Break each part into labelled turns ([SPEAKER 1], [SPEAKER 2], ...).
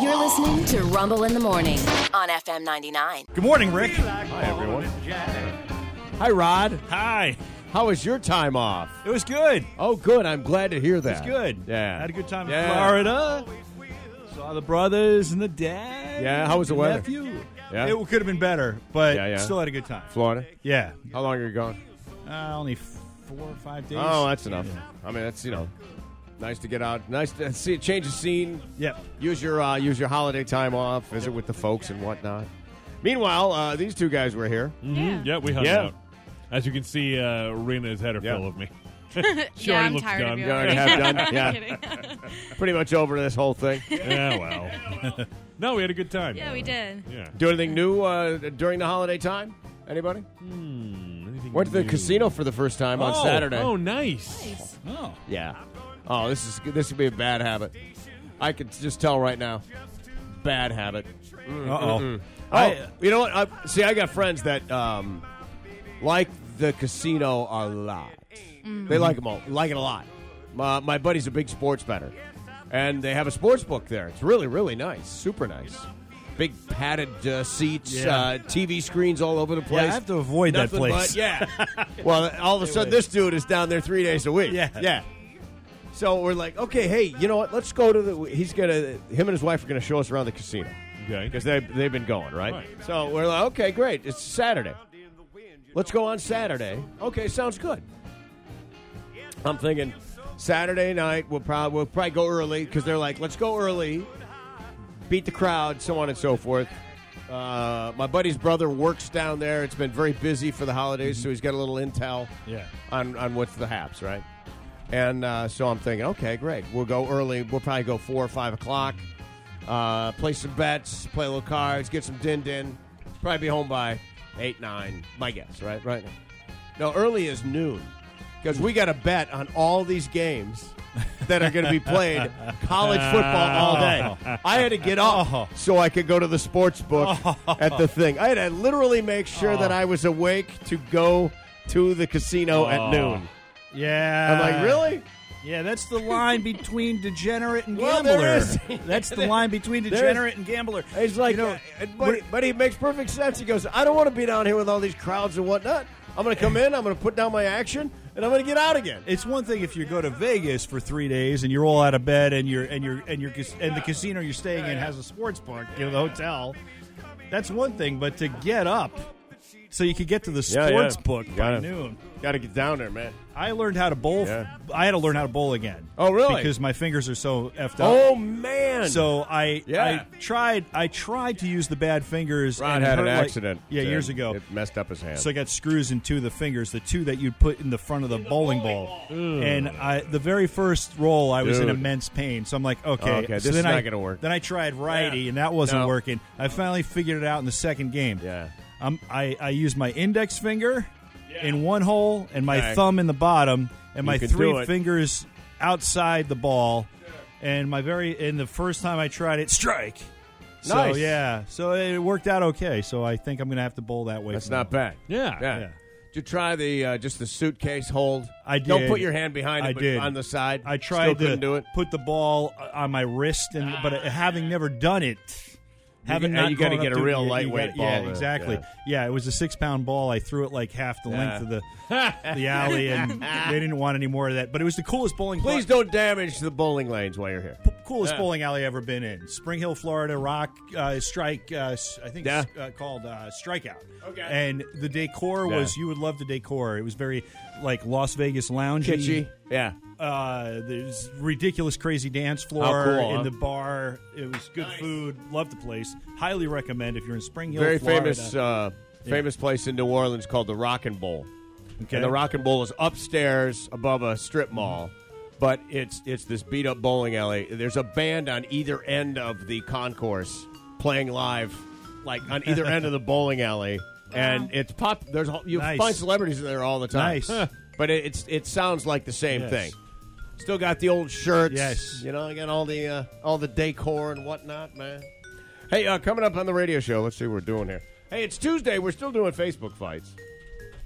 [SPEAKER 1] You're listening to Rumble in the Morning on FM 99.
[SPEAKER 2] Good morning, Rick.
[SPEAKER 3] Hi, everyone.
[SPEAKER 4] Hi, Rod.
[SPEAKER 2] Hi.
[SPEAKER 4] How was your time off?
[SPEAKER 2] It was good.
[SPEAKER 4] Oh, good. I'm glad to hear that.
[SPEAKER 2] It's good.
[SPEAKER 4] Uh, Yeah.
[SPEAKER 2] Had a good time
[SPEAKER 4] Yeah.
[SPEAKER 2] in Florida. Saw the brothers and the dad.
[SPEAKER 4] Yeah, how was the weather?
[SPEAKER 2] Nephew.
[SPEAKER 4] Yeah.
[SPEAKER 2] It could have been better, but
[SPEAKER 4] Yeah, yeah.
[SPEAKER 2] still had a good time.
[SPEAKER 4] Florida.
[SPEAKER 2] Yeah.
[SPEAKER 4] How long are you going?
[SPEAKER 2] Uh, only four or five days.
[SPEAKER 4] Oh, that's enough. I mean, that's you know, nice to get out. Nice to see change of scene.
[SPEAKER 2] Yep.
[SPEAKER 4] Use your uh, use your holiday time off. Visit with the folks and whatnot. Meanwhile, uh, these two guys were here.
[SPEAKER 5] Yeah, we hung
[SPEAKER 4] Yeah.
[SPEAKER 5] out. As you can see, uh, Rena has had her
[SPEAKER 4] Yeah.
[SPEAKER 5] fill of me. she
[SPEAKER 6] Yeah,
[SPEAKER 5] already
[SPEAKER 6] I'm
[SPEAKER 5] looks
[SPEAKER 6] tired
[SPEAKER 5] done.
[SPEAKER 6] of you.
[SPEAKER 4] You already
[SPEAKER 6] already.
[SPEAKER 4] have done. Yeah,
[SPEAKER 6] Kidding.
[SPEAKER 4] pretty much over this whole thing.
[SPEAKER 5] yeah, well. no, we had a good time.
[SPEAKER 6] Yeah, we did.
[SPEAKER 5] Yeah.
[SPEAKER 4] Do anything new uh, during the holiday time? Anybody?
[SPEAKER 5] Anything
[SPEAKER 4] Went to the
[SPEAKER 5] new?
[SPEAKER 4] casino for the first time on
[SPEAKER 5] Oh,
[SPEAKER 4] Saturday.
[SPEAKER 5] Oh, nice.
[SPEAKER 2] Oh.
[SPEAKER 4] Yeah. Oh, this is this would be a bad habit. I could just tell right now. Bad habit.
[SPEAKER 2] Uh-oh.
[SPEAKER 4] Oh, you know what? I, see, I got friends that um, like the casino a lot.
[SPEAKER 2] Mm-hmm.
[SPEAKER 4] They like 'em all, like it a lot. My, my buddy's a big sports bettor, and they have a sports book there. It's really, really nice, super nice. Big padded uh, seats,
[SPEAKER 2] Yeah.
[SPEAKER 4] uh, TV screens all over the
[SPEAKER 2] Yeah,
[SPEAKER 4] place.
[SPEAKER 2] I have to avoid that
[SPEAKER 4] Nothing but-
[SPEAKER 2] place.
[SPEAKER 4] yeah. well, all of a sudden, this dude is down there three days a week.
[SPEAKER 2] Yeah.
[SPEAKER 4] Yeah. So we're like, okay, hey, you know what? Let's go to the. He's gonna. Him and his wife are gonna show us around the casino
[SPEAKER 5] Okay.
[SPEAKER 4] because they they've been going right?
[SPEAKER 5] Right.
[SPEAKER 4] So we're like, okay, great. It's Saturday. Let's go on Saturday. Okay, sounds good. I'm thinking Saturday night. We'll probably we'll probably go early because they're like, let's go early, beat the crowd, so on and so forth. Uh, my buddy's brother works down there. It's been very busy for the holidays, so he's got a little intel
[SPEAKER 2] Yeah.
[SPEAKER 4] on on what's the haps, right? And uh, so I'm thinking, okay, great. We'll go early. We'll probably go four or five o'clock. Uh, play some bets, play a little cards, get some din din. Probably be home by eight nine. My guess, right? Right. No, early is noon because we got a bet on all these games that are going to be played college football all day. I had to get
[SPEAKER 2] Oh.
[SPEAKER 4] off so I could go to the sports book at the thing. I had to literally make sure that I was awake to go to the casino at noon.
[SPEAKER 2] Yeah.
[SPEAKER 4] I'm like, really?
[SPEAKER 2] Yeah, that's the line between degenerate and
[SPEAKER 4] Well,
[SPEAKER 2] gambler.
[SPEAKER 4] there is.
[SPEAKER 2] That's the line between
[SPEAKER 4] is.
[SPEAKER 2] degenerate and gambler.
[SPEAKER 4] He's like,
[SPEAKER 2] you know,
[SPEAKER 4] uh, but, but he makes perfect sense. He goes, I don't want to be down here with all these crowds and whatnot. I'm going to come in, I'm going to put down my action, and I'm going to get out again.
[SPEAKER 2] it's one thing if you go to Vegas for three days and you're all out of bed and you're and you're and you're cas- and the casino you're staying in has a sports book, you know, the hotel. That's one thing, but to get up so you could get to the
[SPEAKER 4] Yeah,
[SPEAKER 2] sports
[SPEAKER 4] yeah.
[SPEAKER 2] book by
[SPEAKER 4] Gotta-
[SPEAKER 2] noon.
[SPEAKER 4] Got to get down there, man.
[SPEAKER 2] I learned how to bowl.
[SPEAKER 4] Yeah.
[SPEAKER 2] I had to learn how to bowl again.
[SPEAKER 4] Oh, really?
[SPEAKER 2] Because my fingers are so effed up.
[SPEAKER 4] Oh, man.
[SPEAKER 2] So I
[SPEAKER 4] Yeah.
[SPEAKER 2] I tried I tried to use the bad fingers.
[SPEAKER 4] Rod
[SPEAKER 2] and
[SPEAKER 4] had
[SPEAKER 2] it
[SPEAKER 4] an
[SPEAKER 2] hurt like-
[SPEAKER 4] accident.
[SPEAKER 2] yeah,
[SPEAKER 4] and
[SPEAKER 2] years ago.
[SPEAKER 4] It messed up his hand.
[SPEAKER 2] So I got screws in two of the fingers, the two that you'd put in the front of the bowling ball. And I, the very first roll, I was in
[SPEAKER 4] Dude.
[SPEAKER 2] immense pain. So I'm like, okay,
[SPEAKER 4] Okay,
[SPEAKER 2] so
[SPEAKER 4] this
[SPEAKER 2] then
[SPEAKER 4] is not
[SPEAKER 2] I-
[SPEAKER 4] gonna work.
[SPEAKER 2] Then I tried righty, and that wasn't
[SPEAKER 4] No.
[SPEAKER 2] working. I finally figured it out in the second game.
[SPEAKER 4] Yeah.
[SPEAKER 2] I'm, I I used my index finger in one hole and my
[SPEAKER 4] Okay.
[SPEAKER 2] thumb in the bottom, and my
[SPEAKER 4] can do
[SPEAKER 2] three
[SPEAKER 4] it.
[SPEAKER 2] fingers outside the ball. And my very and the first time I tried it, strike.
[SPEAKER 4] Nice.
[SPEAKER 2] So yeah, so it worked out okay. So I think I'm gonna have to bowl that way.
[SPEAKER 4] That's
[SPEAKER 2] from now
[SPEAKER 4] not bad.
[SPEAKER 5] Yeah.
[SPEAKER 4] Yeah.
[SPEAKER 2] Yeah.
[SPEAKER 4] Did you try the uh, just the suitcase hold?
[SPEAKER 2] I
[SPEAKER 4] Don't
[SPEAKER 2] did.
[SPEAKER 4] put your hand behind it,
[SPEAKER 2] I
[SPEAKER 4] but
[SPEAKER 2] did.
[SPEAKER 4] on the side.
[SPEAKER 2] I
[SPEAKER 4] Still
[SPEAKER 2] tried
[SPEAKER 4] couldn't
[SPEAKER 2] to
[SPEAKER 4] do it.
[SPEAKER 2] put the ball uh, on my wrist, and but uh, having never done it, having
[SPEAKER 4] and
[SPEAKER 2] not
[SPEAKER 4] you gotta
[SPEAKER 2] gone
[SPEAKER 4] get
[SPEAKER 2] up
[SPEAKER 4] a
[SPEAKER 2] to-
[SPEAKER 4] real
[SPEAKER 2] you- you
[SPEAKER 4] lightweight
[SPEAKER 2] gotta- Yeah,
[SPEAKER 4] ball to-
[SPEAKER 2] exactly.
[SPEAKER 4] yeah.
[SPEAKER 2] Yeah. it was a six pound ball. I threw it like half the
[SPEAKER 4] Yeah.
[SPEAKER 2] length of the the alley, and they didn't want any more of that. But it was the coolest bowling.
[SPEAKER 4] Please don't damage the bowling lanes while you're here.
[SPEAKER 2] p- coolest
[SPEAKER 4] Yeah.
[SPEAKER 2] bowling alley I ever been in. Spring Hill, Florida, Rock uh, Strike. Uh, s- I think it's
[SPEAKER 4] Yeah.
[SPEAKER 2] uh, called uh, Strikeout.
[SPEAKER 4] Okay.
[SPEAKER 2] And the decor
[SPEAKER 4] Yeah.
[SPEAKER 2] was you would love the decor. It was very like Las Vegas loungy.
[SPEAKER 4] Kitschy. Yeah.
[SPEAKER 2] Uh, there's ridiculous crazy dance floor
[SPEAKER 4] How Oh, cool,
[SPEAKER 2] in
[SPEAKER 4] huh?
[SPEAKER 2] the bar. It was good food. Loved the place. Highly recommend if you're in Spring Hill.
[SPEAKER 4] Very
[SPEAKER 2] Florida.
[SPEAKER 4] famous uh, famous place in New Orleans called the Rockin' Bowl.
[SPEAKER 2] Okay.
[SPEAKER 4] And the Rockin' Bowl is upstairs above a strip mall, but it's it's this beat up bowling alley. There's a band on either end of the concourse playing live, like on either end of the bowling alley, and it's pop. There's all- you
[SPEAKER 2] Uh-huh. Nice.
[SPEAKER 4] find celebrities in there all the time.
[SPEAKER 2] Nice.
[SPEAKER 4] but it, it's it sounds like the same
[SPEAKER 2] Yes.
[SPEAKER 4] thing. Still got the old shirts.
[SPEAKER 2] Yes.
[SPEAKER 4] You know, I got all the uh, all the decor and whatnot, man. Hey, uh, coming up on the radio show, let's see what we're doing here. Hey, it's Tuesday. We're still doing Facebook fights.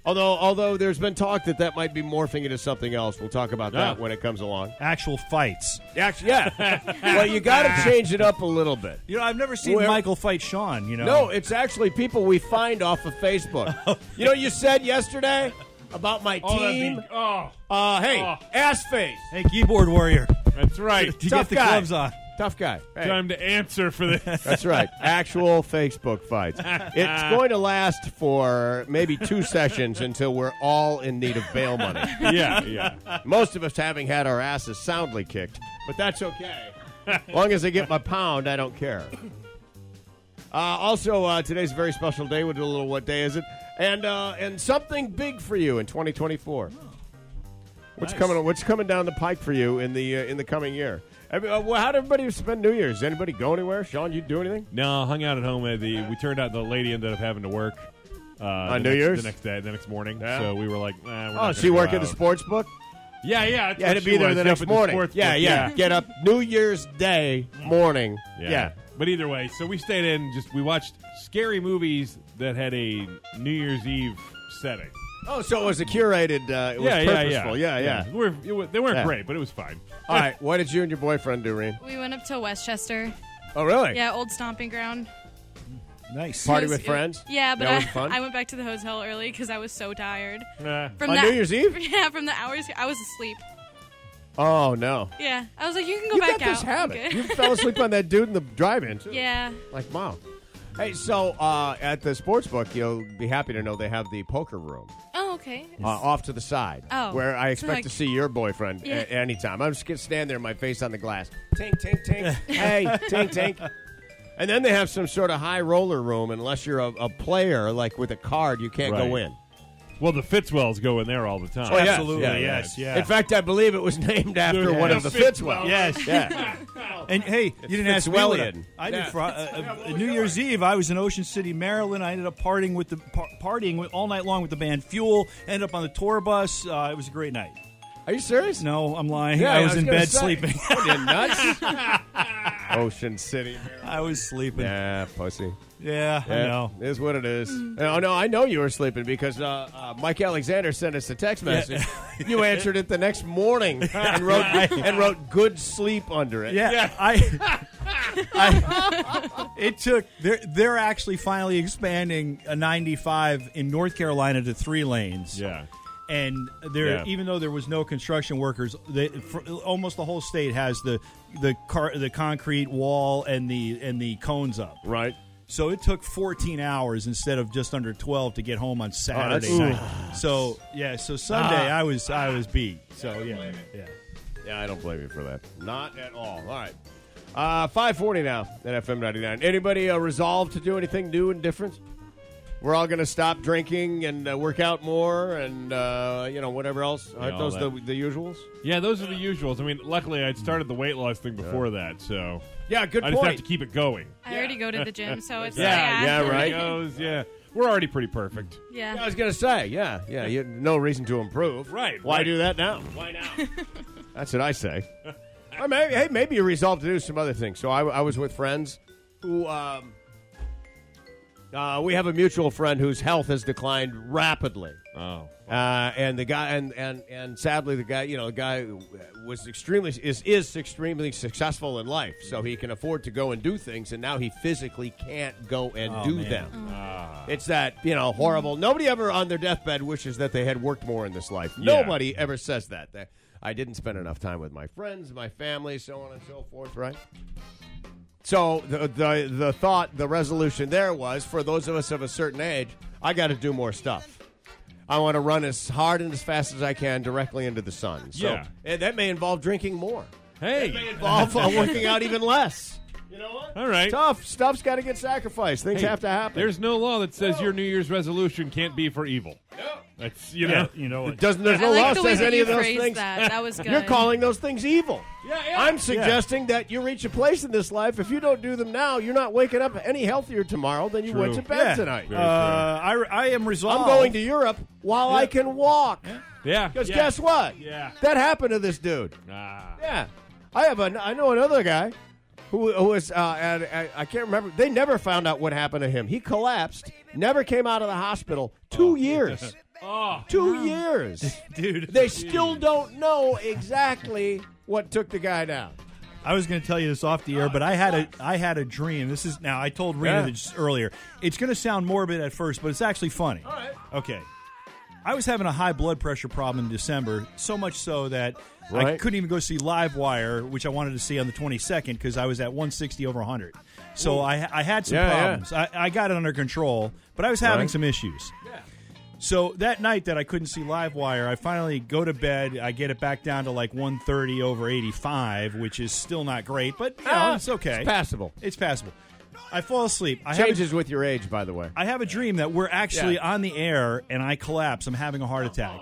[SPEAKER 4] Although, although there's been talk that that might be morphing into something else. We'll talk about that
[SPEAKER 5] Yeah.
[SPEAKER 4] when it comes along.
[SPEAKER 2] Actual fights.
[SPEAKER 4] Actually, yeah. well, you got to change it up a little bit.
[SPEAKER 2] You know, I've never seen
[SPEAKER 4] Where-
[SPEAKER 2] Michael fight Sean. You know,
[SPEAKER 4] No, it's actually people we find off of Facebook. You know, what you said yesterday about my
[SPEAKER 5] Oh, that'd
[SPEAKER 4] team.
[SPEAKER 5] be- oh,
[SPEAKER 4] uh, hey,
[SPEAKER 5] Oh.
[SPEAKER 4] ass face,
[SPEAKER 2] hey, keyboard warrior,
[SPEAKER 5] that's right.
[SPEAKER 2] you
[SPEAKER 4] Tough
[SPEAKER 2] get the
[SPEAKER 4] guy.
[SPEAKER 2] gloves on?
[SPEAKER 4] tough guy. Hey.
[SPEAKER 5] Time to answer for this.
[SPEAKER 4] That's right. Actual Facebook fights. It's going to last for maybe two sessions until we're all in need of bail money.
[SPEAKER 5] yeah, yeah.
[SPEAKER 4] Most of us having had our asses soundly kicked, but that's okay. As long as I get my pound, I don't care. Uh, also, uh, today's a very special day. We'll do a little what day is it? And uh, and something big for you in 2024.
[SPEAKER 5] Oh,
[SPEAKER 4] What's coming? What's coming down the pike for you in the uh, in the coming year? Every, uh, well, how did everybody spend New Year's? Anybody go anywhere? Sean, you do anything?
[SPEAKER 5] No, hung out at home. At the we turned out the lady ended up having to work uh, on
[SPEAKER 4] New Year's?
[SPEAKER 5] the next day, the next morning.
[SPEAKER 4] Yeah.
[SPEAKER 5] So we were like, nah, we're not
[SPEAKER 4] Oh,
[SPEAKER 5] gonna
[SPEAKER 4] she
[SPEAKER 5] go
[SPEAKER 4] worked at
[SPEAKER 5] out.
[SPEAKER 4] the sports book.
[SPEAKER 5] Yeah, yeah. that's
[SPEAKER 4] Yeah,
[SPEAKER 5] what
[SPEAKER 4] to
[SPEAKER 5] she
[SPEAKER 4] be there
[SPEAKER 5] was,
[SPEAKER 4] the
[SPEAKER 5] up
[SPEAKER 4] next
[SPEAKER 5] at
[SPEAKER 4] morning.
[SPEAKER 5] sports
[SPEAKER 4] yeah,
[SPEAKER 5] book,
[SPEAKER 4] yeah, Get up New Year's Day morning.
[SPEAKER 5] Yeah.
[SPEAKER 4] yeah.
[SPEAKER 5] But either way, so we stayed in. Just we watched scary movies that had a New Year's Eve setting.
[SPEAKER 4] Oh, so it was a curated. Uh, it was
[SPEAKER 5] yeah, yeah, yeah,
[SPEAKER 4] purposeful. Yeah, yeah.
[SPEAKER 5] They were- it wa- they weren't
[SPEAKER 4] Yeah.
[SPEAKER 5] great, but it was fine.
[SPEAKER 4] All right. What did you and your boyfriend do, Reen?
[SPEAKER 3] We went up to Westchester.
[SPEAKER 4] Oh, really?
[SPEAKER 3] Yeah, old stomping ground.
[SPEAKER 2] Nice.
[SPEAKER 4] Party
[SPEAKER 3] It was- uh,
[SPEAKER 4] with friends?
[SPEAKER 3] Yeah, but
[SPEAKER 4] That
[SPEAKER 3] I,
[SPEAKER 4] was fun?
[SPEAKER 3] I went back to the hotel early because I was so tired.
[SPEAKER 5] Nah.
[SPEAKER 3] From
[SPEAKER 4] On
[SPEAKER 3] that,
[SPEAKER 4] New Year's Eve?
[SPEAKER 3] Yeah, from the hours I was asleep.
[SPEAKER 4] Oh no.
[SPEAKER 3] Yeah, I was like, you can go
[SPEAKER 4] you
[SPEAKER 3] back
[SPEAKER 4] got this
[SPEAKER 3] out. I'm
[SPEAKER 4] habit.
[SPEAKER 3] good.
[SPEAKER 4] You fell asleep on that dude in the drive-in. Too.
[SPEAKER 3] yeah,
[SPEAKER 4] Like wow. Hey, so uh, at the sports book, you'll be happy to know they have the poker room
[SPEAKER 3] Oh, okay.
[SPEAKER 4] uh, off to the side,
[SPEAKER 3] Oh.
[SPEAKER 4] where I expect
[SPEAKER 3] Like-
[SPEAKER 4] to see your boyfriend
[SPEAKER 3] Yeah.
[SPEAKER 4] a- anytime. I'm just gonna stand there, my face on the glass, tink, tink, tink. hey, tink, tink. And then they have some sort of high roller room. Unless you're a, a player, like with a card, you can't go
[SPEAKER 5] Right.
[SPEAKER 4] in.
[SPEAKER 5] Well, the Fitzwells go in there all the time.
[SPEAKER 4] Oh, yes.
[SPEAKER 2] Absolutely.
[SPEAKER 4] Yeah, yeah.
[SPEAKER 2] yes. Yeah.
[SPEAKER 4] In fact, I believe it was named after
[SPEAKER 5] Yeah.
[SPEAKER 4] one of the
[SPEAKER 5] The
[SPEAKER 4] Fitzwell.
[SPEAKER 5] Fitzwell.
[SPEAKER 2] Yes.
[SPEAKER 4] Yeah.
[SPEAKER 2] And hey, you didn't ask me. What I,
[SPEAKER 4] Fitzwellian.
[SPEAKER 2] I
[SPEAKER 4] Yeah.
[SPEAKER 2] did for uh, uh, New Year's Eve. I was in Ocean City, Maryland. I ended up partying with the par- partying with, all night long with the band Fuel. Ended up on the tour bus. Uh, it was a great night.
[SPEAKER 4] Are you serious?
[SPEAKER 2] No, I'm lying.
[SPEAKER 4] Yeah,
[SPEAKER 2] I was, in
[SPEAKER 4] gonna
[SPEAKER 2] bed
[SPEAKER 4] say.
[SPEAKER 2] sleeping.
[SPEAKER 4] What, you nuts? Ocean City.
[SPEAKER 2] I was sleeping. Yeah,
[SPEAKER 4] Yeah, pussy.
[SPEAKER 2] I know.
[SPEAKER 4] It is what it is. Oh, no, I know you were sleeping because uh, uh, Mike Alexander sent us a text message. you answered it the next morning and wrote and wrote good sleep under it.
[SPEAKER 2] Yeah, I, I- It took. They're they're actually finally expanding a 95 in North Carolina to three lanes.
[SPEAKER 5] Yeah.
[SPEAKER 2] and there,
[SPEAKER 5] Yeah.
[SPEAKER 2] even though there was no construction workers, they, for, almost the whole state has the the car, the concrete wall and the and the cones up.
[SPEAKER 4] Right.
[SPEAKER 2] So it took 14 hours instead of just under 12 to get home on Saturday
[SPEAKER 4] that's-
[SPEAKER 2] night. So yeah, so Sunday I was I was beat. So yeah, yeah.
[SPEAKER 4] Yeah, I don't blame you for that. Not at all. All right. Uh, 540 now at FM 99. Anybody uh, resolved to do anything new and different? We're all going to stop drinking and uh, work out more and, uh, you know, whatever else. Aren't
[SPEAKER 5] all
[SPEAKER 4] those the,
[SPEAKER 5] that.
[SPEAKER 4] the usuals?
[SPEAKER 5] Yeah, those are the usuals. I mean, luckily I'd started the weight loss thing before that, so
[SPEAKER 4] Yeah, good
[SPEAKER 5] I just
[SPEAKER 4] point.
[SPEAKER 5] have to keep it going.
[SPEAKER 3] I already go to the gym, so it's
[SPEAKER 5] Yeah,
[SPEAKER 4] yeah,
[SPEAKER 5] There it
[SPEAKER 4] right.
[SPEAKER 5] goes, yeah, we're already pretty perfect.
[SPEAKER 3] Yeah.
[SPEAKER 4] I was going to say, yeah, yeah. You, no reason to improve.
[SPEAKER 5] Right,
[SPEAKER 4] Why
[SPEAKER 5] right.
[SPEAKER 4] do that now?
[SPEAKER 5] Why not?
[SPEAKER 4] That's what I say. I may- hey, maybe you resolved to do some other things. So I, I was with friends who. Um, uh, we have a mutual friend whose health has declined rapidly.
[SPEAKER 5] Oh,
[SPEAKER 4] Uh, and the guy, and, and and sadly, the guy, you know, the guy was extremely is is extremely successful in life, so he can afford to go and do things, and now he physically can't go and
[SPEAKER 5] Oh,
[SPEAKER 4] do
[SPEAKER 2] man.
[SPEAKER 5] Mm.
[SPEAKER 4] them.
[SPEAKER 5] Ah.
[SPEAKER 4] It's that you know horrible. Nobody ever on their deathbed wishes that they had worked more in this life.
[SPEAKER 5] Yeah.
[SPEAKER 4] Nobody ever says that. That I didn't spend enough time with my friends, my family, so on and so forth. Right. So the, the the thought, the resolution there was for those of us of a certain age, I got to do more stuff. I want to run as hard and as fast as I can directly into the sun. So
[SPEAKER 5] Yeah.
[SPEAKER 4] eh, that may involve drinking more,
[SPEAKER 5] hey,
[SPEAKER 4] involve uh, working out even less.
[SPEAKER 5] all right.
[SPEAKER 4] Tough stuff's got to get sacrificed. Things
[SPEAKER 5] Hey,
[SPEAKER 4] have to happen.
[SPEAKER 5] There's no law that says your New Year's resolution can't be for evil. That's you know.
[SPEAKER 2] You know what?
[SPEAKER 4] doesn't there's
[SPEAKER 3] I
[SPEAKER 4] no law
[SPEAKER 3] like the way
[SPEAKER 4] says
[SPEAKER 3] that
[SPEAKER 4] any
[SPEAKER 3] you
[SPEAKER 4] of those
[SPEAKER 3] phrased
[SPEAKER 4] things.
[SPEAKER 3] that. That was good.
[SPEAKER 4] You're calling those things evil.
[SPEAKER 5] Yeah, yeah.
[SPEAKER 4] I'm suggesting that you reach a place in this life. If you don't do them now, you're not waking up any healthier tomorrow than you
[SPEAKER 5] True.
[SPEAKER 4] went to bed
[SPEAKER 2] Yeah.
[SPEAKER 4] tonight.
[SPEAKER 2] Uh, I, I am resolved.
[SPEAKER 4] I'm going to Europe while I can walk.
[SPEAKER 5] Yeah.
[SPEAKER 4] Because
[SPEAKER 5] yeah.
[SPEAKER 4] guess what?
[SPEAKER 5] Yeah.
[SPEAKER 4] That happened to this dude.
[SPEAKER 5] Ah.
[SPEAKER 4] Yeah, I have a. I know another guy who, who was. Uh, at, I, I can't remember. They never found out what happened to him. He collapsed. Never came out of the hospital. Two years.
[SPEAKER 5] Oh,
[SPEAKER 4] Two years.
[SPEAKER 2] dude.
[SPEAKER 4] They still don't know exactly what took the guy down.
[SPEAKER 2] I was going to tell you this off the air, but I had a I had a dream. This is now I told Rena
[SPEAKER 4] Yeah.
[SPEAKER 2] this earlier. It's going to sound morbid at first, but it's actually funny. All right. Okay. I was having a high blood pressure problem in December, so much so that I
[SPEAKER 4] Right.
[SPEAKER 2] couldn't even go see Live Wire, which I wanted to see on the 22nd because I was at 160 over 100. So I, I had some
[SPEAKER 4] Yeah, yeah.
[SPEAKER 2] problems. I, I got it under control, but I was having
[SPEAKER 4] Right.
[SPEAKER 2] some issues. So that night that I couldn't see Livewire, I finally go to bed. I get it back down to like 130 over 85, which is still not great, but you know,
[SPEAKER 4] Ah,
[SPEAKER 2] it's okay.
[SPEAKER 4] It's passable.
[SPEAKER 2] It's passable. I fall asleep. I have, a,
[SPEAKER 4] Changes with your age, by the way.
[SPEAKER 2] I have a dream that we're actually
[SPEAKER 4] Yeah.
[SPEAKER 2] on the air and I collapse. I'm having a heart attack.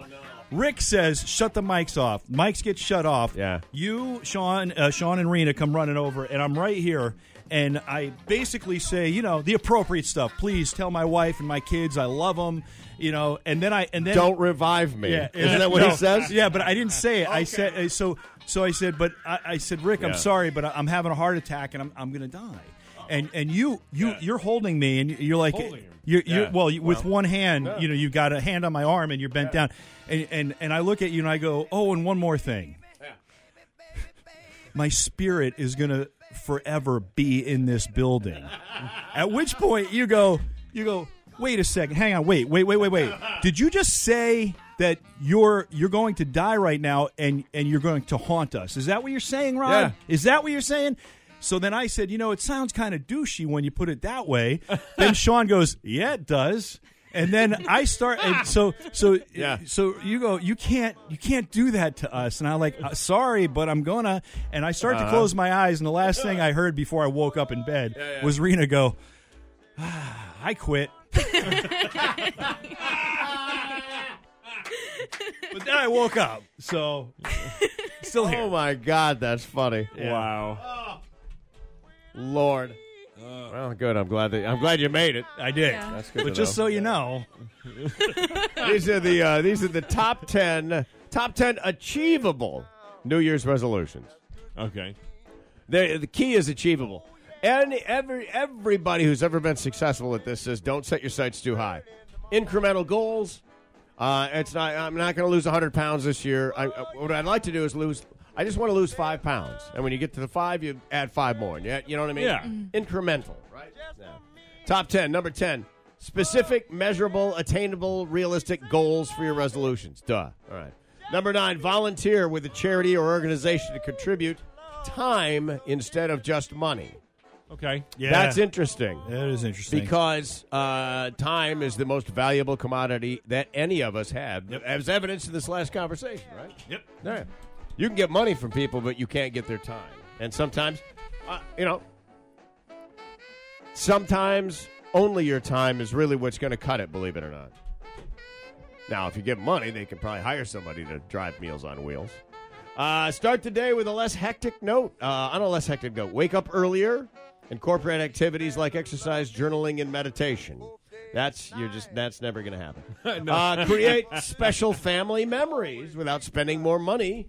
[SPEAKER 2] Rick says, "Shut the mics off." Mics get shut off.
[SPEAKER 4] Yeah.
[SPEAKER 2] You, Sean, uh, Sean, and Rena come running over, and I'm right here, and I basically say, you know, the appropriate stuff. Please tell my wife and my kids I love them. You know, and then I and then
[SPEAKER 4] Don't revive me.
[SPEAKER 2] yeah,
[SPEAKER 4] Isn't that what
[SPEAKER 2] no.
[SPEAKER 4] he says?
[SPEAKER 2] Yeah, but I didn't say it. I said uh, so. So I said, but I, I said, Rick, I'm
[SPEAKER 4] Yeah.
[SPEAKER 2] sorry, but I- I'm having a heart attack and I'm I'm gonna die. And and you you you're holding me and you're like
[SPEAKER 5] Holding him.
[SPEAKER 2] you're, you're
[SPEAKER 4] Yeah.
[SPEAKER 2] well you, with
[SPEAKER 4] Well,
[SPEAKER 2] one hand you know you've got a hand on my arm and you're bent down and, and and I look at you and I go oh and one more thing my spirit is gonna forever be in this building at which point you go you go wait a second hang on wait wait wait wait wait did you just say that you're you're going to die right now and and you're going to haunt us is that what you're saying Rod
[SPEAKER 4] Yeah.
[SPEAKER 2] is that what you're saying so then I said you know it sounds kind of douchey when you put it that way then Sean goes yeah it does and then I start and so so
[SPEAKER 4] Yeah.
[SPEAKER 2] so you go you can't you can't do that to us and I'm like uh, sorry but I'm gonna and I start
[SPEAKER 4] Uh-huh.
[SPEAKER 2] to close my eyes and the last thing I heard before I woke up in bed was Rena go I quit. but then I woke up, so still
[SPEAKER 4] Oh
[SPEAKER 2] here.
[SPEAKER 4] my God, that's funny.
[SPEAKER 5] wow.
[SPEAKER 4] Lord. well, good. I'm glad that I'm glad you made it.
[SPEAKER 2] I did.
[SPEAKER 3] Yeah.
[SPEAKER 4] That's good.
[SPEAKER 2] But
[SPEAKER 4] to
[SPEAKER 2] just
[SPEAKER 4] know.
[SPEAKER 2] so you know,
[SPEAKER 4] these are the uh, these are the top ten top ten achievable New Year's resolutions.
[SPEAKER 5] Okay.
[SPEAKER 4] They, the key is achievable. And every everybody who's ever been successful at this says, don't set your sights too high. Incremental goals. Uh, it's not. I'm not going to lose 100 pounds this year. I, uh, what I'd like to do is lose. I just want to lose five pounds. And when you get to the five, you add five more. Yeah, you know what I mean. Mm-hmm.
[SPEAKER 5] Yeah.
[SPEAKER 4] Incremental, right? Yeah. Top ten. Number ten. Specific, measurable, attainable, realistic goals for your resolutions. Duh. All right. Number nine. Volunteer with a charity or organization to contribute time instead of just money.
[SPEAKER 5] Okay.
[SPEAKER 2] yeah,
[SPEAKER 4] That's interesting
[SPEAKER 2] That is interesting.
[SPEAKER 4] because uh, time is the most valuable commodity that any of us have, as evidenced in this last conversation, right?
[SPEAKER 2] yep.
[SPEAKER 4] Yeah. You can get money from people, but you can't get their time. And sometimes, uh, you know, sometimes only your time is really what's going to cut it, believe it or not. Now, if you get money, they can probably hire somebody to drive Meals on Wheels. Uh, start the day with a less hectic note. Uh, on a less hectic note, wake up earlier. Incorporate activities like exercise, journaling, and meditation. That's you're just that's never going to happen. uh, create special family memories without spending more money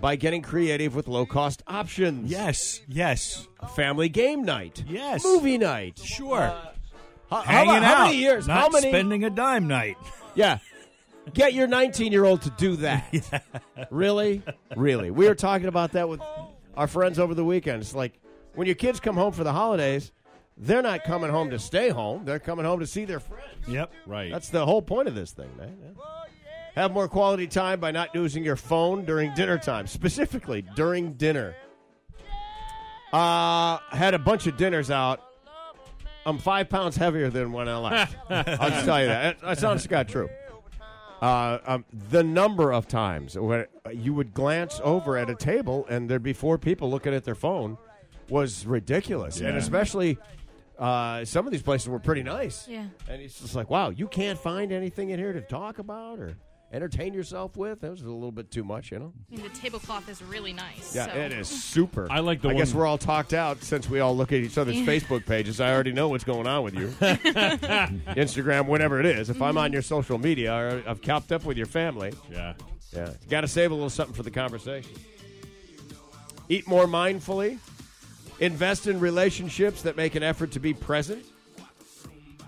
[SPEAKER 4] by getting creative with low cost options.
[SPEAKER 2] Yes. Yes.
[SPEAKER 4] family game night.
[SPEAKER 2] Yes.
[SPEAKER 4] movie night.
[SPEAKER 2] Sure.
[SPEAKER 4] Uh, How, how
[SPEAKER 2] Hanging
[SPEAKER 4] about- how
[SPEAKER 2] out.
[SPEAKER 4] many years?
[SPEAKER 2] Not
[SPEAKER 4] how many?
[SPEAKER 2] spending a dime night.
[SPEAKER 4] Yeah. Get your 19 year old to do that. Really? Really. We were talking about that with our friends over the weekend. It's like when your kids come home for the holidays, they're not coming home to stay home. They're coming home to see their friends.
[SPEAKER 2] Yep.
[SPEAKER 5] Right.
[SPEAKER 4] That's the whole point of this thing, man. Yeah. Have more quality time by not using your phone during dinner time, specifically during dinner. Uh, had a bunch of dinners out. I'm five pounds heavier than when I left. I'll just tell you that. That's honest to God true. Uh, um, the number of times when you would glance over at a table and there'd be four people looking at their phone was ridiculous. And
[SPEAKER 5] Yeah.
[SPEAKER 4] especially uh, some of these places were pretty nice.
[SPEAKER 3] Yeah.
[SPEAKER 4] And it's just like, wow, you can't find anything in here to talk about or entertain yourself with. That was a little bit too much, you know?
[SPEAKER 3] I mean, the tablecloth is really nice. so.
[SPEAKER 4] it is super.
[SPEAKER 5] I like the
[SPEAKER 4] I guess
[SPEAKER 5] one-
[SPEAKER 4] we're all talked out since we all look at each other's Facebook pages. I already know what's going on with you. Instagram, whatever it is. If I'm on your social media or I've copped up with your family,
[SPEAKER 5] yeah.
[SPEAKER 4] yeah. Got to save a little something for the conversation. Eat more mindfully. Invest in relationships that make an effort to be present.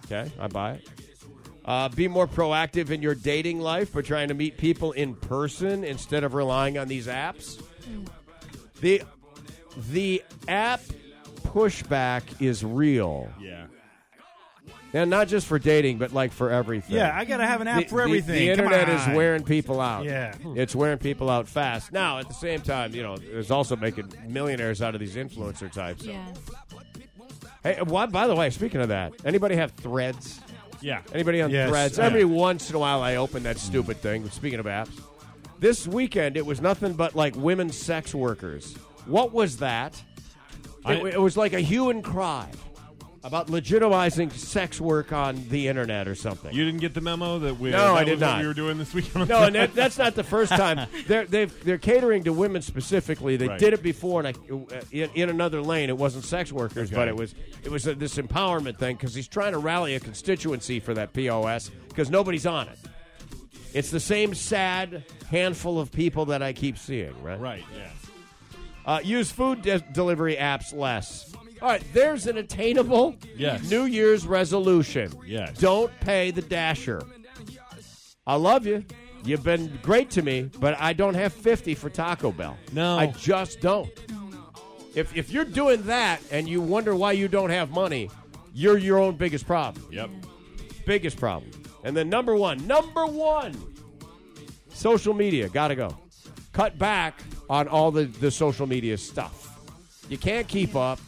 [SPEAKER 4] Okay, I buy it. Uh, be more proactive in your dating life by trying to meet people in person instead of relying on these apps. The the app pushback is real,
[SPEAKER 5] Yeah.
[SPEAKER 4] and not just for dating, but like for everything.
[SPEAKER 2] Yeah, I gotta have an app
[SPEAKER 4] The-
[SPEAKER 2] for
[SPEAKER 4] the-
[SPEAKER 2] everything.
[SPEAKER 4] The,
[SPEAKER 2] Come
[SPEAKER 4] internet is
[SPEAKER 2] on.
[SPEAKER 4] wearing people out.
[SPEAKER 2] Yeah.
[SPEAKER 4] it's wearing people out fast. Now, at the same time, you know, it's also making millionaires out of these influencer types.
[SPEAKER 3] Yes.
[SPEAKER 4] Hey, why, by the way, speaking of that, anybody have threads?
[SPEAKER 5] Yeah.
[SPEAKER 4] Anybody on
[SPEAKER 2] Yes,
[SPEAKER 4] threads?
[SPEAKER 2] yeah.
[SPEAKER 4] Every once in a while, I open that stupid thing. Speaking of apps, this weekend it was nothing but like women sex workers. What was that?
[SPEAKER 5] I-
[SPEAKER 4] it, it was like a hue and cry about legitimizing sex work on the internet or something.
[SPEAKER 5] You didn't get the memo that we.
[SPEAKER 4] No,
[SPEAKER 5] that
[SPEAKER 4] I
[SPEAKER 5] was
[SPEAKER 4] did
[SPEAKER 5] what
[SPEAKER 4] not.
[SPEAKER 5] We were doing this weekend.
[SPEAKER 4] no, and that, that's not the first time. They're they've, they're catering to women specifically. They
[SPEAKER 5] Right.
[SPEAKER 4] did it before, and I, uh, in, in another lane, it wasn't sex workers,
[SPEAKER 5] Okay.
[SPEAKER 4] but it was it was uh this empowerment thing because he's trying to rally a constituency for that POS because nobody's on it. It's the same sad handful of people that I keep seeing, right?
[SPEAKER 5] Right. Yeah.
[SPEAKER 4] Uh, use food de- delivery apps less. All right, there's an attainable
[SPEAKER 5] Yes.
[SPEAKER 4] New Year's resolution.
[SPEAKER 5] Yes.
[SPEAKER 4] Don't pay the dasher. I love you. You've been great to me, but I don't have 50 for Taco Bell.
[SPEAKER 5] No.
[SPEAKER 4] I just don't. If, if you're doing that and you wonder why you don't have money, you're your own biggest problem.
[SPEAKER 5] Yep.
[SPEAKER 4] Biggest problem. And then number one, number one, social media. Gotta go. Cut back on all the, the social media stuff. You can't keep up.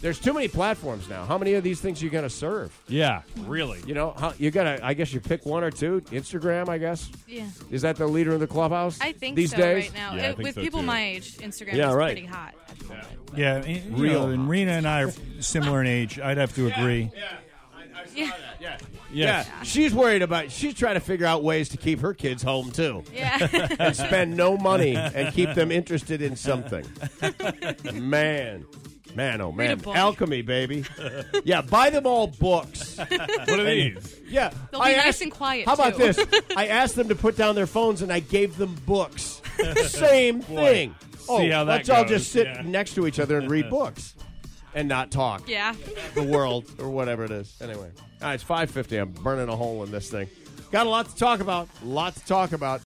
[SPEAKER 4] There's too many platforms now. How many of these things are you going to serve?
[SPEAKER 5] Yeah. Really.
[SPEAKER 4] You know, how, you got to, I guess you pick one or two. Instagram, I guess.
[SPEAKER 3] Yeah.
[SPEAKER 4] Is that the leader of the clubhouse?
[SPEAKER 3] I think
[SPEAKER 4] these
[SPEAKER 3] so
[SPEAKER 4] days?
[SPEAKER 3] right now.
[SPEAKER 5] Yeah, I
[SPEAKER 3] It-
[SPEAKER 5] think
[SPEAKER 3] with
[SPEAKER 5] so,
[SPEAKER 3] people
[SPEAKER 5] too.
[SPEAKER 3] my age, Instagram
[SPEAKER 4] Yeah,
[SPEAKER 3] is
[SPEAKER 4] right.
[SPEAKER 3] pretty hot. at the moment.
[SPEAKER 2] Yeah, and, you
[SPEAKER 4] Real
[SPEAKER 2] know, and Rena and I are similar in age. I'd have to agree.
[SPEAKER 3] Yeah.
[SPEAKER 4] Yeah.
[SPEAKER 5] Yes.
[SPEAKER 4] Yeah. She's worried about, she's trying to figure out ways to keep her kids home, too.
[SPEAKER 3] Yeah.
[SPEAKER 4] and spend no money and keep them interested in something. Man. Man, oh man.
[SPEAKER 3] book.
[SPEAKER 4] Alchemy, baby. yeah, buy them all books.
[SPEAKER 5] What are these?
[SPEAKER 4] Yeah.
[SPEAKER 3] They'll be nice and quiet,
[SPEAKER 4] How about
[SPEAKER 3] too.
[SPEAKER 4] this? I asked them to put down their phones and I gave them books. Same thing. Oh,
[SPEAKER 5] how that
[SPEAKER 4] let's all
[SPEAKER 5] goes.
[SPEAKER 4] just sit
[SPEAKER 5] Yeah.
[SPEAKER 4] next to each other and read books and not talk
[SPEAKER 3] yeah.
[SPEAKER 4] the world or whatever it is. Anyway, all right, it's five fifty. I'm burning a hole in this thing. Got a lot to talk about. Lot to talk about.